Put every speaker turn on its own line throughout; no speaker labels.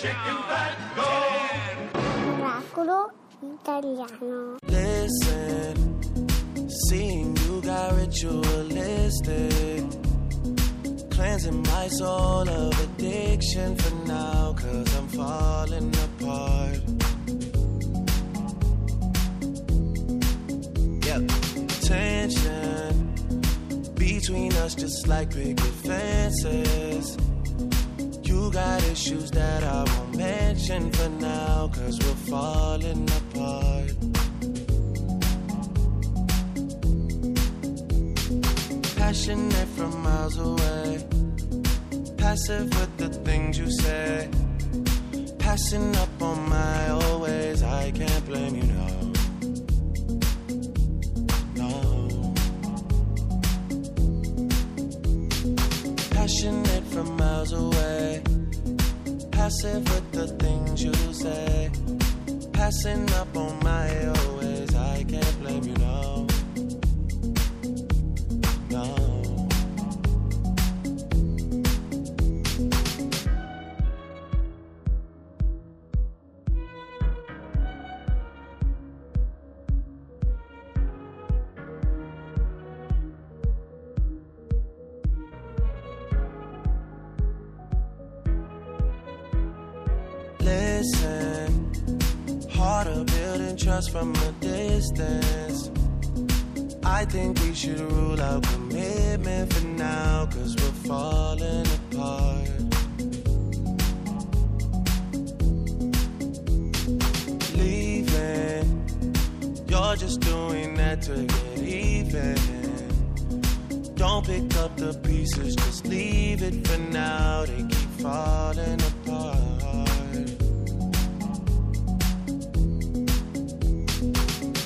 chicken fat go.
Oracolo italiano.
Listen, seeing you got ritualistic. Cleansing my soul of addiction for now, cause I'm falling apart. Yep, tension between us just like picket fences. You got issues that I won't mention for now, cause we're falling apart. Passionate from miles away, passive with the things you say. Passing up on my always, I can't blame you, no. No. passionate from miles away. Passive with the things you say. Passing up on my always. I can't blame you, no. No. Listen, harder building trust from a distance. I think we should rule out commitment for now, cause we're falling apart. Leaving, you're just doing that to get even. Don't pick up the pieces, just leave it for now. They keep falling apart.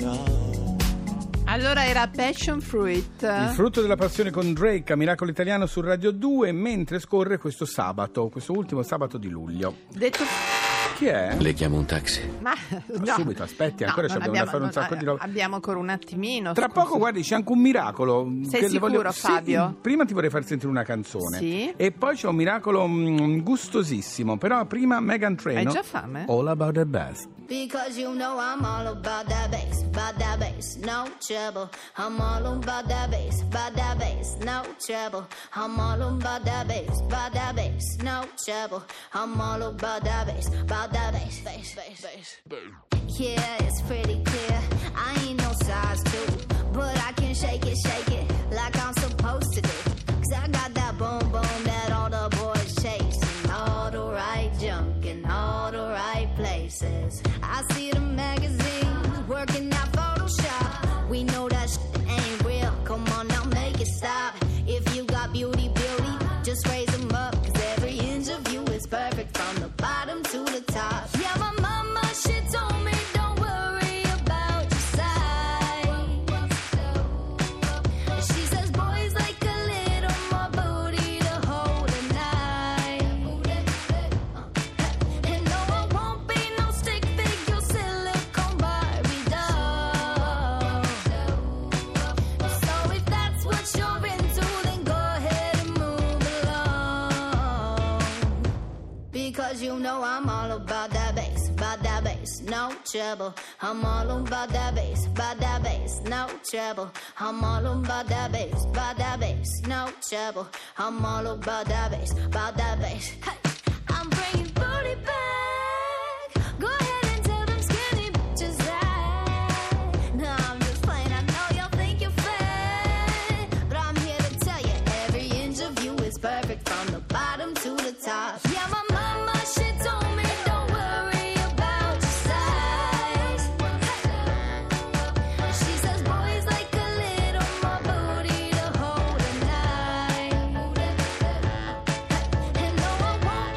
No.
Allora era Passion Fruit.
Il frutto della passione con Drake a Miracolo Italiano su Radio 2 mentre scorre questo sabato, questo ultimo sabato di luglio.
Detto
Chi è?
Le chiamo un taxi.
ma no.
subito, aspetti, ancora ci
non
abbiamo da fare un
non-
sacco di roba.
Abbiamo ancora un attimino.
Tra
scusa.
poco, guardi, c'è anche un miracolo.
Sei
le
sicuro,
Sì,
Fabio?
prima ti vorrei far sentire una canzone.
Sì.
E poi c'è un miracolo mm, gustosissimo. Però prima Megan Trainor.
Hai già eh? fame?
All About the Best.
Because you know I'm all about that bass, about that bass, no trouble. I'm all about that bass, about that bass, no trouble. I'm all about that bass, about that bass, no trouble. I'm all about that bass, about that bass, bass, bass, bass. Yeah, it's pretty clear. I ain't no size two, but I can shake it, shake it like I'm supposed to do. Cause I got that boom boom that all the boys chase. and All the right junk in all the right places. I see the magazines working that Photoshop. We know that shit ain't real. Come on now, make it stop. If you got beauty, beauty, just raise them up. Cause every inch of you is perfect from the bottom to the top. Yeah, my mama, she told me don't worry about your size. She says boys like a little more booty to hold a knife. And no, I won't be no stick figure silicone Barbie doll. So if that's what you're into, then go ahead and move along. Because you know I'm all about that bass, about that bass, no trouble. I'm all about that bass, about that bass, no trouble. I'm all about that bass, about that bass, no trouble. I'm all about that bass, about that bass. Hey, I'm bringing booty back. Go ahead and tell them skinny bitches that. No, I'm just playing. I know you'll think you're fat, but I'm here to tell you every inch of you is perfect from the bottom to the top. Yeah, my mama, she told me don't worry about your size. She says boys like a little more booty to hold a knife. And no, I won't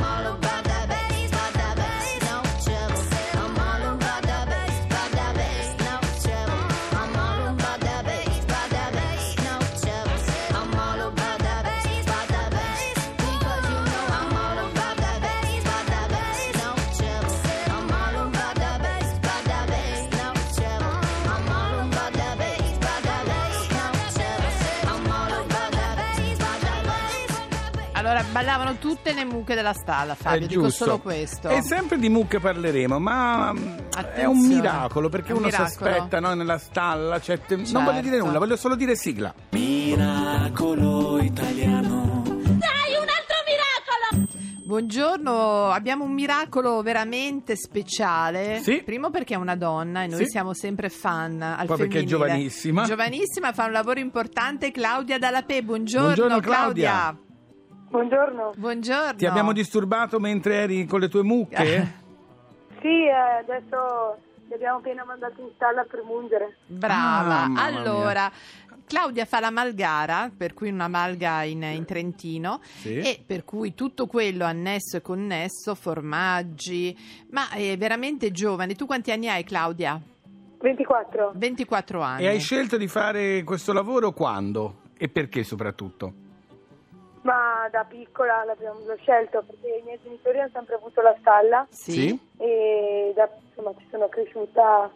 all about that bass, by that bass, no trouble. I'm all on by that bass, by that bass, no trouble. I'm all on by that bass, by that bass, no trouble. I'm all on by that bass, by that bass, because you know I'm all about that bass, by that bass, no trouble. I'm all on by that bass, by that bass, no trouble. I'm all on by that bass, by that bass, no trouble. I'm all on by that bass, by that bass.
Allora, ballavano tutte le mucche della stalla, Fabio,
È
dico
giusto.
solo questo.
E sempre di mucche parleremo, ma mm, è un
Attenzione.
miracolo perché
È un
uno si
miracolo.
aspetta no, nella stalla. c'è te- Non voglio dire
Certo.
nulla, voglio solo dire sigla.
Miracolo italiano.
Buongiorno, abbiamo un miracolo veramente speciale.
Sì.
Primo perché è una donna e noi
Sì.
siamo sempre fan al
Poi perché è
femminile.
giovanissima.
Giovanissima, fa un lavoro importante Claudia Dallapè. Buongiorno,
Buongiorno, Claudia.
Buongiorno.
Buongiorno.
Ti abbiamo disturbato mentre eri con le tue mucche?
Sì, eh, adesso li abbiamo appena mandati in stalla per mungere.
Brava.
Ah, mamma mia.
allora, Claudia fa la malgara, per cui una malga in, in Trentino,
Sì.
e per cui tutto quello annesso e connesso, formaggi, ma è veramente giovane. Tu quanti anni hai, Claudia?
24.
24 anni.
E hai scelto di fare questo lavoro quando? E perché soprattutto?
Ma da piccola l'abbiamo l'ho scelto perché i miei genitori hanno sempre avuto la stalla
Sì.
e da, insomma ci sono cresciuta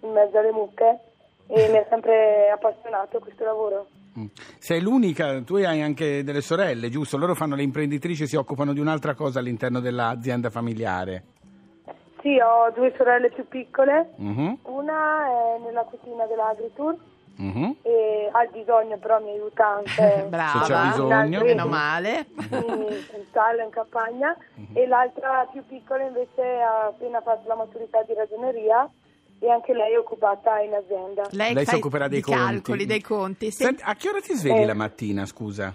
in mezzo alle mucche e mi ha sempre appassionato questo lavoro.
Mm. Sei l'unica, tu hai anche delle sorelle, giusto? Loro fanno le imprenditrici, si occupano di un'altra cosa all'interno dell'azienda familiare.
Sì, ho due sorelle più piccole,
Mhm,
una è nella cucina dell'Agritur
mhm.
e ha bisogno però mi aiuta anche
Eh, Brava.
Se c'è bisogno.
Meno male.
in in stallo, in campagna, e l'altra più piccola invece ha appena fatto la maturità di ragioneria e anche lei è occupata in azienda.
Lei,
Lei
fa
si occuperà dei
i
conti.
calcoli, dei conti. Se-
Senti, a che ora ti svegli
Eh.
la mattina, scusa?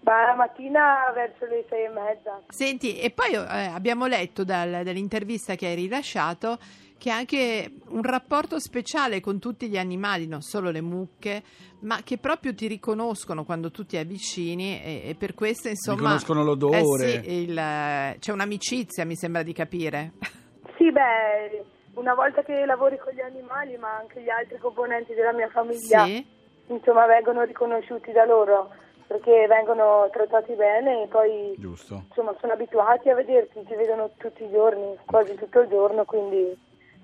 Ma la mattina verso le sei e mezza.
Senti, e poi eh, abbiamo letto dal- dall'intervista che hai rilasciato che hai anche un rapporto speciale con tutti gli animali, non solo le mucche, ma che proprio ti riconoscono quando tu ti avvicini e, e per questo insomma...
Riconoscono l'odore.
Eh sì, il, eh, c'è un'amicizia, mi sembra di capire.
Sì, beh, una volta che lavori con gli animali, ma anche gli altri componenti della mia famiglia,
Sì?
insomma, vengono riconosciuti da loro perché vengono trattati bene e poi
Giusto.
insomma sono abituati a vederti, ti vedono tutti i giorni, quasi tutto il giorno, quindi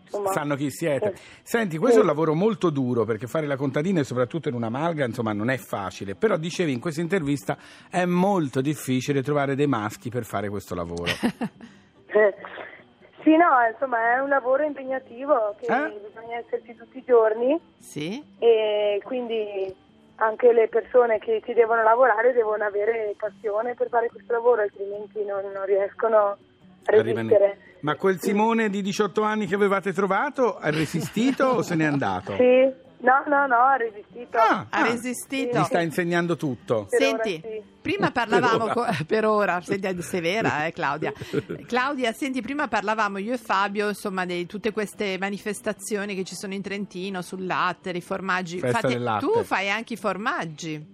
insomma eh,
Sanno chi siete.
sì.
Senti, questo è un
Sì.
lavoro molto duro perché fare la contadina, e soprattutto in una malga, insomma, non è facile. Però dicevi in questa intervista è molto difficile trovare dei maschi per fare questo lavoro.
Eh, Sì, no, insomma è un lavoro impegnativo che
Eh?
bisogna esserci tutti i giorni
Sì?
e quindi anche le persone che ci devono lavorare devono avere passione per fare questo lavoro, altrimenti non, non riescono a resistere.
Arrivane- Ma quel Simone di 18 anni che avevate trovato ha resistito o se n'è andato?
Sì, no, no, no, ha resistito.
Oh. Ah,
Ha
ah,
resistito.
Ti sta insegnando tutto.
Per ora
Senti,
sì.
prima
Per
parlavamo
ora.
co- per ora, senti, è severa eh, Claudia. Claudia, senti, prima parlavamo io e Fabio, insomma, di tutte queste manifestazioni che ci sono in Trentino sul latte, i formaggi.
Festa del latte.
tu fai anche i formaggi.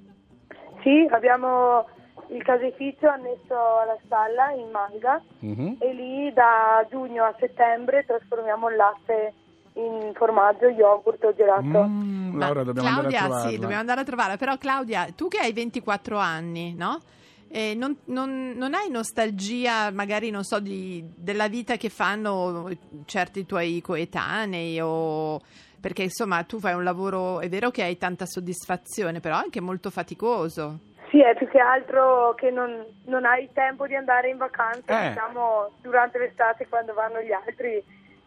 Sì, abbiamo il caseificio annesso alla stalla in Manga
Mhm.
e lì da giugno a settembre trasformiamo il latte in formaggio, yogurt o gelato.
Mm,
Ma
Laura, dobbiamo
Claudia,
andare a trovarla.
sì, dobbiamo andare a trovarla. Però Claudia, tu che hai 24 anni, no? Eh, non, non- non hai nostalgia, magari, non so, di- della vita che fanno certi tuoi coetanei o... Perché insomma tu fai un lavoro, è vero che hai tanta soddisfazione, però anche molto faticoso.
Sì, è più che altro che non, non hai tempo di andare in vacanza,
Eh.
diciamo, durante l'estate quando vanno gli altri.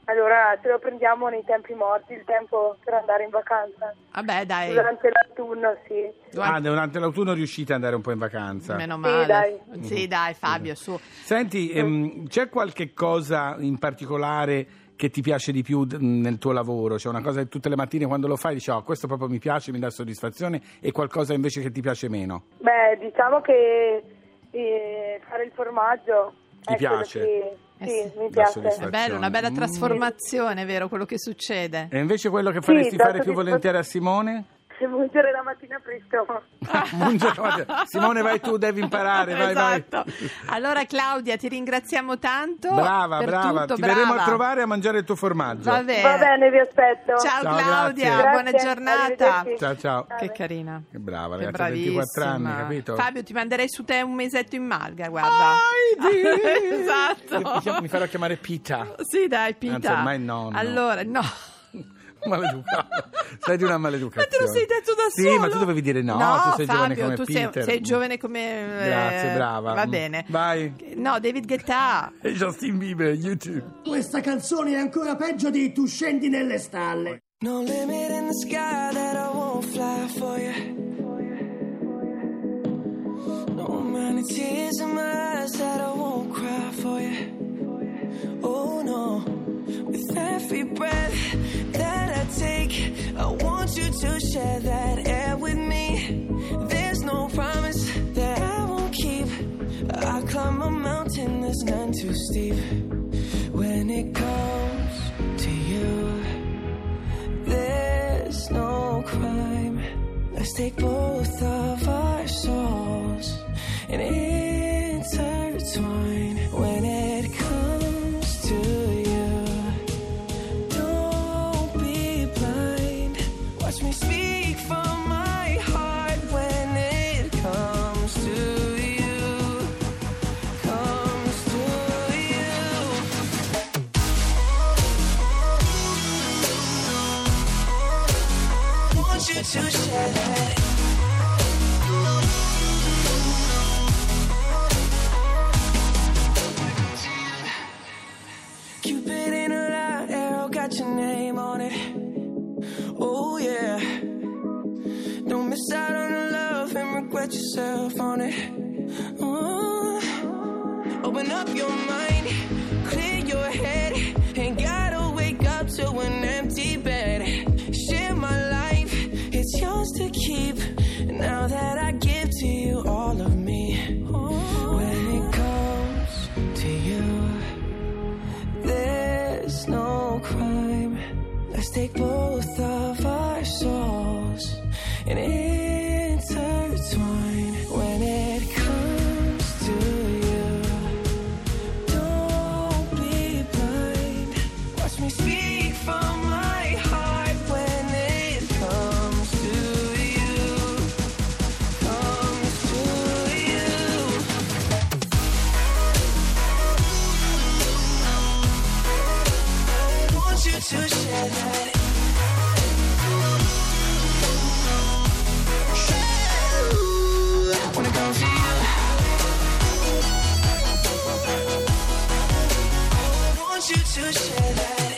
Allora ce lo prendiamo nei tempi morti, il tempo per andare in vacanza.
Vabbè dai,
Durante l'autunno, sì.
Ah, durante l'autunno riuscite ad andare un po' in vacanza.
meno
Sì,
male.
dai.
Sì, dai Fabio, su.
Senti, ehm, c'è qualche cosa in particolare che ti piace di più d- nel tuo lavoro? C'è una cosa che tutte le mattine quando lo fai dici, oh, questo proprio mi piace, mi dà soddisfazione, e qualcosa invece che ti piace meno?
Beh, diciamo che eh, fare il formaggio
Ti
è quello
piace?
che-
È Eh
sì,
sì.
mi
La
piace.
soddisfazione. Eh,
È bello, una bella
Mm.
trasformazione, vero, quello che succede.
E invece quello che faresti
dato
fare
che
più
posso-
volentieri a Simone?
Se mungere la mattina presto.
Buongiorno. Simone, vai tu, devi imparare, vai, vai.
Esatto. Allora Claudia, ti ringraziamo tanto.
Brava,
per
brava.
tutto,
Ti verremo a
brava.
trovare a mangiare il tuo formaggio.
Va bene.
Va bene, vi aspetto.
Ciao,
Ciao,
Claudia,
grazie.
buona
Grazie,
giornata.
arrivederci.
Ciao, ciao.
Che carina.
Che brava,
Che
ragazza, 24 anni,
bravissima.
capito?
Fabio, ti manderei su te un mesetto in malga, guarda.
Mi
esatto.
chiam- diciamo, Mi farò chiamare Pita.
Sì, dai, Pita.
Anzi, ormai nonno.
Allora, no.
Maleducato. Sei di una maleducazione.
Ma te lo sei detto da
Sì,
solo.
ma tu dovevi dire no, tu sei giovane
Fabio,
come
tu sei,
Peter.
sei giovane come... eh,
Grazie, brava.
Va
Mm.
bene.
Vai.
No, David Guetta.
E Justin Bieber, YouTube.
Questa canzone è ancora peggio di Tu scendi nelle stalle.
No limit in the sky that I won't fly for you. No amount of tears in my eyes that I won't cry for you. Oh no, with every breath that I take, I want you to share that air with me. There's no promise that I won't keep. I climb a mountain that's none too steep. When it comes to you. There's no crime. Let's take both of our souls and intertwine when it comes to you. Don't be blind. Watch me speak from my heart when it comes to you. Comes to you. want you to share that. Cupid in a light arrow got your name on it. Oh yeah. Don't miss out on the love and regret yourself on it. Ooh. Open up your mind, clear your head, and gotta wake up to an empty bed. Share my life, it's yours to keep. Now that I give to you all of me, when it comes to you. There's no crime. Let's take both of our souls and intertwine when it comes to you. Don't be blind. Watch me speak from my heart when it comes to you. Comes to you. want you to share that. When it comes to you, want you to share that.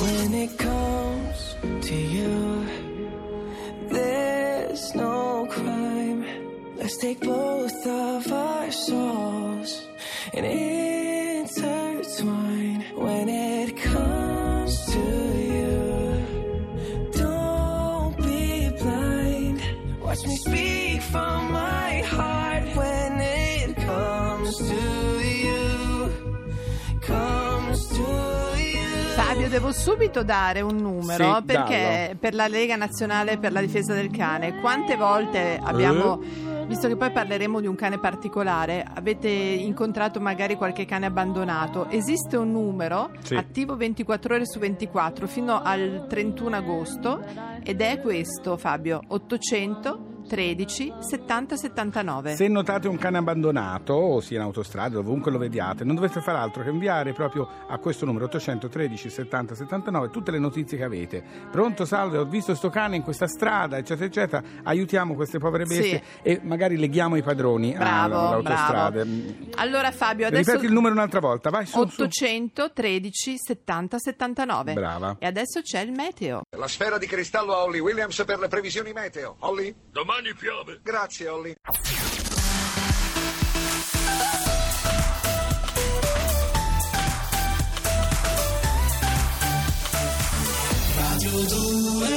When it comes to you. There's no crime. Let's take both of our souls and intertwine when it comes to you. Don't be blind. Watch me speak from my heart when it comes to you. Comes to you.
Fabio, devo subito dare un numero
Sì,
perché
dallo.
per la Lega Nazionale per la difesa del cane, quante volte abbiamo,
Eh?
visto che poi parleremo di un cane particolare, avete incontrato magari qualche cane abbandonato? Esiste un numero
Sì.
attivo 24 ore su 24 fino al 31 agosto ed è questo, Fabio, 800 13 70 79.
Se notate un cane abbandonato, o sia in autostrada, dovunque lo vediate, non dovete far altro che inviare proprio a questo numero 813 70 79 tutte le notizie che avete. Pronto, salve, ho visto sto cane in questa strada, eccetera, eccetera. Aiutiamo queste povere bestie
Sì.
e magari leghiamo i padroni
Bravo,
all'autostrada.
bravo. Allora, Fabio, adesso-
Ripeti il numero un'altra volta, vai su. su.
813 70 79.
Brava.
E adesso c'è il meteo.
La sfera di cristallo a Holly Williams per le previsioni meteo. Holly? Domani piove. Grazie, Holly.
Radio 2